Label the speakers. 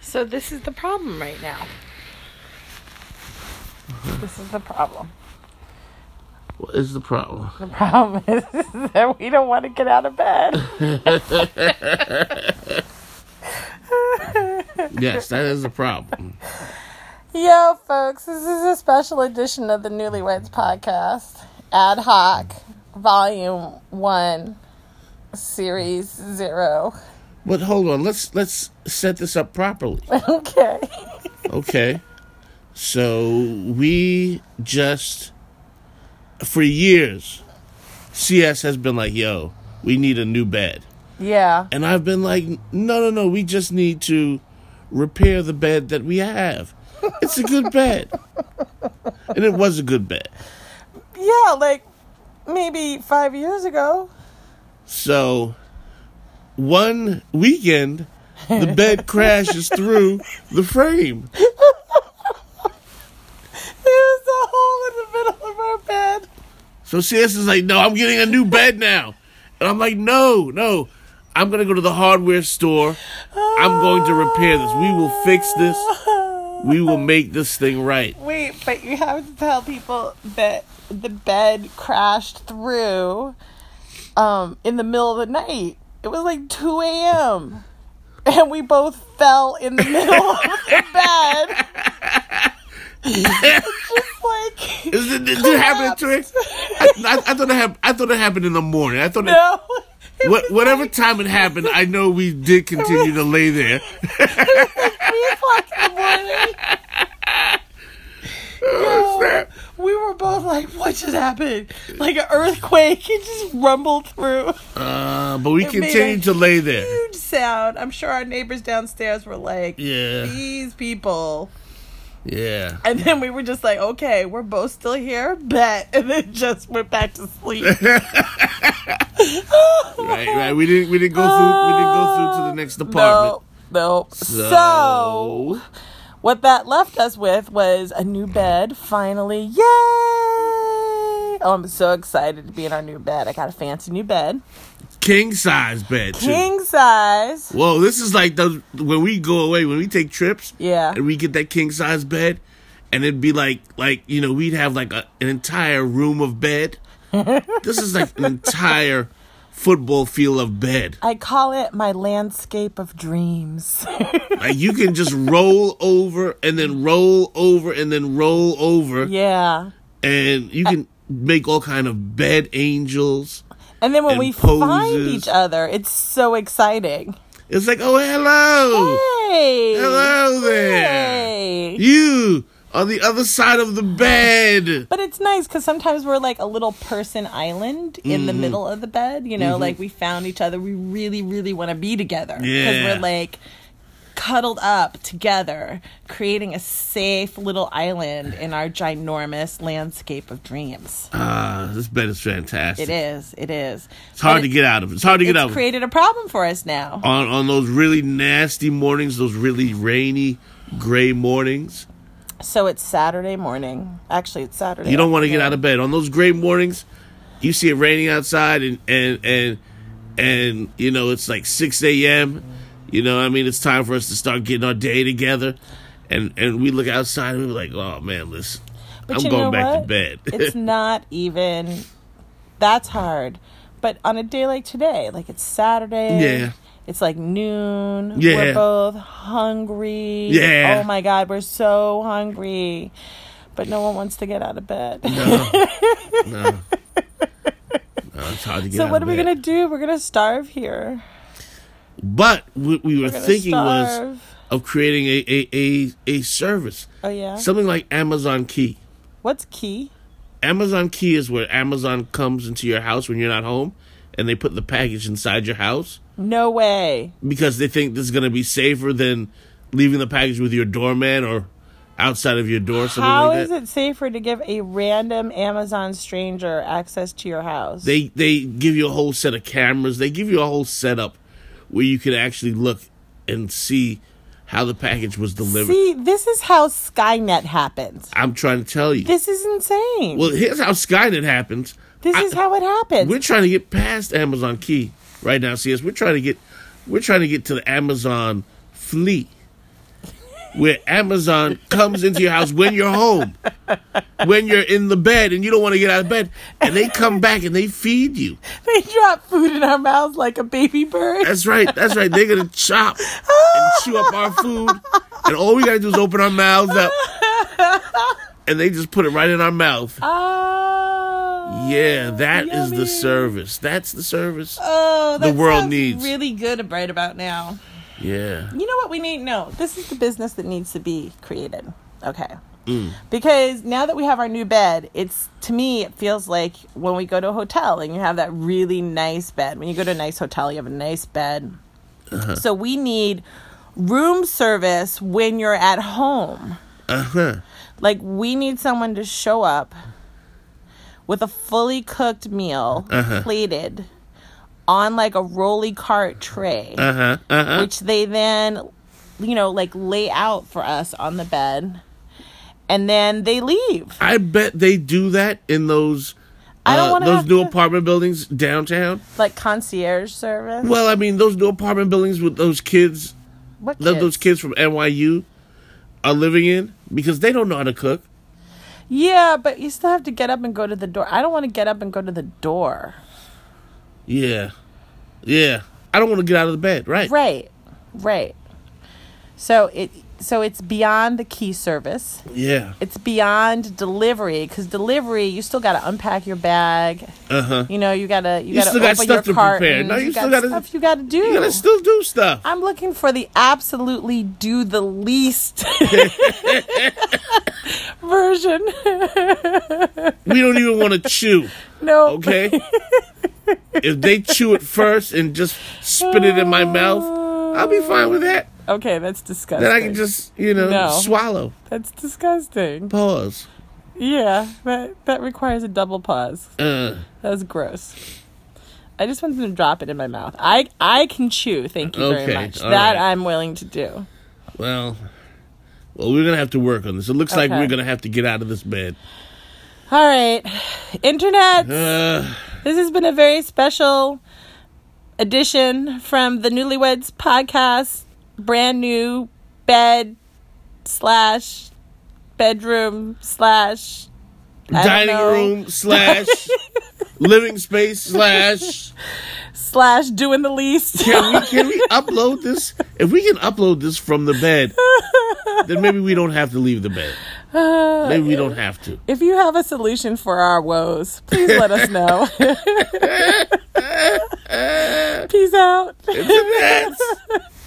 Speaker 1: So this is the problem right now. This is the problem.
Speaker 2: What is the problem?
Speaker 1: The problem is that we don't want to get out of bed.
Speaker 2: Yes, that is the problem.
Speaker 1: Yo, folks, this is a special edition of the Newlyweds Podcast, Ad Hoc, Volume 1, Series 0.
Speaker 2: But hold on, let's let's set this up properly.
Speaker 1: Okay.
Speaker 2: Okay. So we just for years CS has been like, "Yo, we need a new bed."
Speaker 1: Yeah.
Speaker 2: And I've been like, "No, no, no, we just need to repair the bed that we have. It's a good bed." And it was a good bed.
Speaker 1: Yeah, like maybe five years ago.
Speaker 2: So one weekend the bed crashes through the frame.
Speaker 1: There was a hole in the middle of our bed.
Speaker 2: So CS is like, no, I'm getting a new bed now. And I'm like, no, no. I'm going to go to the hardware store. I'm going to repair this. We will fix this. We will make this thing right.
Speaker 1: Wait, but you have to tell people that the bed crashed through um, in the middle of the night. It was like 2 a.m. And we both fell in the middle of the bed. Just like,
Speaker 2: Is it, did it happen at 2 a.m.? I, I- I thought it hap- I thought it happened in the morning. I thought it,
Speaker 1: no. It
Speaker 2: what, whatever time it happened, I know we did continue to lay there.
Speaker 1: was 3 o'clock in the morning. Yo, we were both like, what just happened? Like an earthquake. It just rumbled through.
Speaker 2: Uh, but we
Speaker 1: made a
Speaker 2: continued to lay there.
Speaker 1: huge sound. I'm sure our neighbors downstairs were like,
Speaker 2: Yeah.
Speaker 1: these people.
Speaker 2: Yeah.
Speaker 1: And then we were just like, okay, we're both still here, bet. And then just went back to sleep.
Speaker 2: Right, right. We didn't we didn't go through we didn't go through to the next
Speaker 1: No,
Speaker 2: apartment.
Speaker 1: no. So. what that left us with was a new bed, finally. Yay! Oh, I'm so excited to be in our new bed. I got a fancy new bed.
Speaker 2: king size bed too.
Speaker 1: King size.
Speaker 2: Whoa, this is like the when we go away, when we take trips,
Speaker 1: Yeah.
Speaker 2: and we get that king size bed, and it'd be like like you know we'd have like a, an entire room of bed. this is like an entire football field of bed.
Speaker 1: I call it my landscape of dreams.
Speaker 2: Like you can just roll over and then roll over and then roll over,
Speaker 1: yeah.
Speaker 2: and you can make all kind of bed angels.
Speaker 1: And then when
Speaker 2: and
Speaker 1: we find
Speaker 2: poses.
Speaker 1: each other, it's so exciting.
Speaker 2: It's like oh hello,
Speaker 1: Hey!
Speaker 2: hello there.
Speaker 1: Hey!
Speaker 2: You on the other side of the bed.
Speaker 1: But it's nice because sometimes we're like a little person island in
Speaker 2: Mm-hmm.
Speaker 1: the middle of the bed. You know, like we found each other. We really, really want to be together because
Speaker 2: Yeah.
Speaker 1: we're like cuddled up together, creating a safe little island in our ginormous landscape of dreams.
Speaker 2: Ah, this bed is fantastic.
Speaker 1: It is. It is.
Speaker 2: It's hard to get out of. It's hard to get out
Speaker 1: It's
Speaker 2: of.
Speaker 1: created a problem for us now.
Speaker 2: on on those really nasty mornings, those really rainy, gray mornings.
Speaker 1: So it's Saturday morning. Actually, it's Saturday.
Speaker 2: You don't want to get out of bed on those gray mornings. You see it raining outside, and and and and you know it's like six a.m. You know, I mean, it's time for us to start getting our day together, and and we look outside and we're like, oh man, listen,
Speaker 1: But
Speaker 2: I'm
Speaker 1: you
Speaker 2: going
Speaker 1: know
Speaker 2: back to
Speaker 1: what?
Speaker 2: bed.
Speaker 1: it's not even that's hard but on a day like today like it's saturday
Speaker 2: Yeah.
Speaker 1: it's like noon
Speaker 2: Yeah.
Speaker 1: we're both hungry
Speaker 2: Yeah.
Speaker 1: oh my god we're so hungry but no one wants to get out of bed
Speaker 2: no. no, Oh, it's hard to get.
Speaker 1: so
Speaker 2: out
Speaker 1: what are
Speaker 2: of
Speaker 1: we
Speaker 2: bed.
Speaker 1: gonna do we're gonna starve here
Speaker 2: But what we were
Speaker 1: We're gonna
Speaker 2: thinking was
Speaker 1: starve.
Speaker 2: of creating a a, a, a service,
Speaker 1: oh yeah
Speaker 2: something like Amazon Key.
Speaker 1: what's key
Speaker 2: Amazon Key is where Amazon comes into your house when you're not home, and they put the package inside your house
Speaker 1: no way
Speaker 2: because they think this is going to be safer than leaving the package with your doorman or outside of your door, something
Speaker 1: How
Speaker 2: like
Speaker 1: is
Speaker 2: that.
Speaker 1: it safer to give a random amazon stranger access to your house
Speaker 2: They they give you a whole set of cameras. They give you a whole setup where you can actually look and see how the package was delivered.
Speaker 1: see this is how skynet happens
Speaker 2: I'm trying to tell you.
Speaker 1: This is insane.
Speaker 2: Well, here's how Skynet happens.
Speaker 1: this
Speaker 2: I-
Speaker 1: is how it happens.
Speaker 2: We're trying to get past Amazon Key right now, CS. We're trying to get we're trying to get to the Amazon Flea. where Amazon comes into your house when you're home, when you're in the bed and you don't want to get out of bed, and they come back and they feed you.
Speaker 1: They drop food in our mouths like a baby bird.
Speaker 2: That's right. That's right. They're gonna chop and chew up our food, and all we gotta do is open our mouths up, and they just put it right in our mouth.
Speaker 1: Oh.
Speaker 2: Yeah, that is
Speaker 1: yummy.
Speaker 2: the service. That's the service.
Speaker 1: Oh, that
Speaker 2: The world
Speaker 1: sounds
Speaker 2: needs.
Speaker 1: really good right about now.
Speaker 2: Yeah.
Speaker 1: You know what we need? No, this is the business that needs to be created. Okay. Because now that we have our new bed, it's to me it feels like when we go to a hotel and you have that really nice bed. When you go to a nice hotel, you have a nice bed. So we need room service when you're at home.
Speaker 2: Uh huh.
Speaker 1: Like we need someone to show up with a fully cooked meal plated on like a rolly cart tray,
Speaker 2: Uh huh. Uh huh.
Speaker 1: which they then, you know, like lay out for us on the bed, and then they leave.
Speaker 2: I bet they do that in those.
Speaker 1: I don't
Speaker 2: Uh,
Speaker 1: wanna
Speaker 2: those
Speaker 1: have
Speaker 2: new
Speaker 1: to-
Speaker 2: apartment buildings downtown.
Speaker 1: Like concierge service.
Speaker 2: Well, I mean, those new apartment buildings with those kids,
Speaker 1: What
Speaker 2: that those
Speaker 1: kids?
Speaker 2: kids from NYU are living in because they don't know how to cook.
Speaker 1: Yeah, but you still have to get up and go to the door. I don't want to get up and go to the door.
Speaker 2: Yeah, yeah. I don't want to get out of the bed. Right.
Speaker 1: Right. Right. So it so it's beyond the key service.
Speaker 2: Yeah.
Speaker 1: it's beyond delivery because delivery you still got to unpack your bag
Speaker 2: Uh huh.
Speaker 1: you know you gotta you, gotta
Speaker 2: still
Speaker 1: open
Speaker 2: got stuff
Speaker 1: your
Speaker 2: to
Speaker 1: cartons.
Speaker 2: prepare. No,
Speaker 1: you,
Speaker 2: you still
Speaker 1: got
Speaker 2: gotta-
Speaker 1: stuff you gotta do
Speaker 2: You gotta still do stuff.
Speaker 1: i'm looking for the absolutely do the least version
Speaker 2: We don't even want to chew.
Speaker 1: no
Speaker 2: Okay. if they chew it first and just spit it in my mouth, I'll be fine with that.
Speaker 1: Uh, okay that's disgusting
Speaker 2: Then I can just you know
Speaker 1: No.
Speaker 2: swallow.
Speaker 1: that's disgusting
Speaker 2: Pause.
Speaker 1: yeah that that requires a double pause
Speaker 2: Uh.
Speaker 1: that's gross I just want them to drop it in my mouth. I I can chew, thank you very
Speaker 2: Okay,
Speaker 1: much.
Speaker 2: all
Speaker 1: That
Speaker 2: right.
Speaker 1: I'm willing to do.
Speaker 2: Well, well, we're gonna have to work on this. It looks like
Speaker 1: Okay.
Speaker 2: we're gonna have to get out of this bed.
Speaker 1: All right, internet.
Speaker 2: Uh,
Speaker 1: This has been a very special edition from the Newlyweds podcast. Brand new bed slash bedroom slash I don't
Speaker 2: dining
Speaker 1: know,
Speaker 2: room slash living space slash.
Speaker 1: slash doing the least.
Speaker 2: Can we can we upload this? If we can upload this from the bed, then maybe we don't have to leave the bed. Maybe we don't have to.
Speaker 1: If you have a solution for our woes, please let us know. Peace out.
Speaker 2: It's a mess.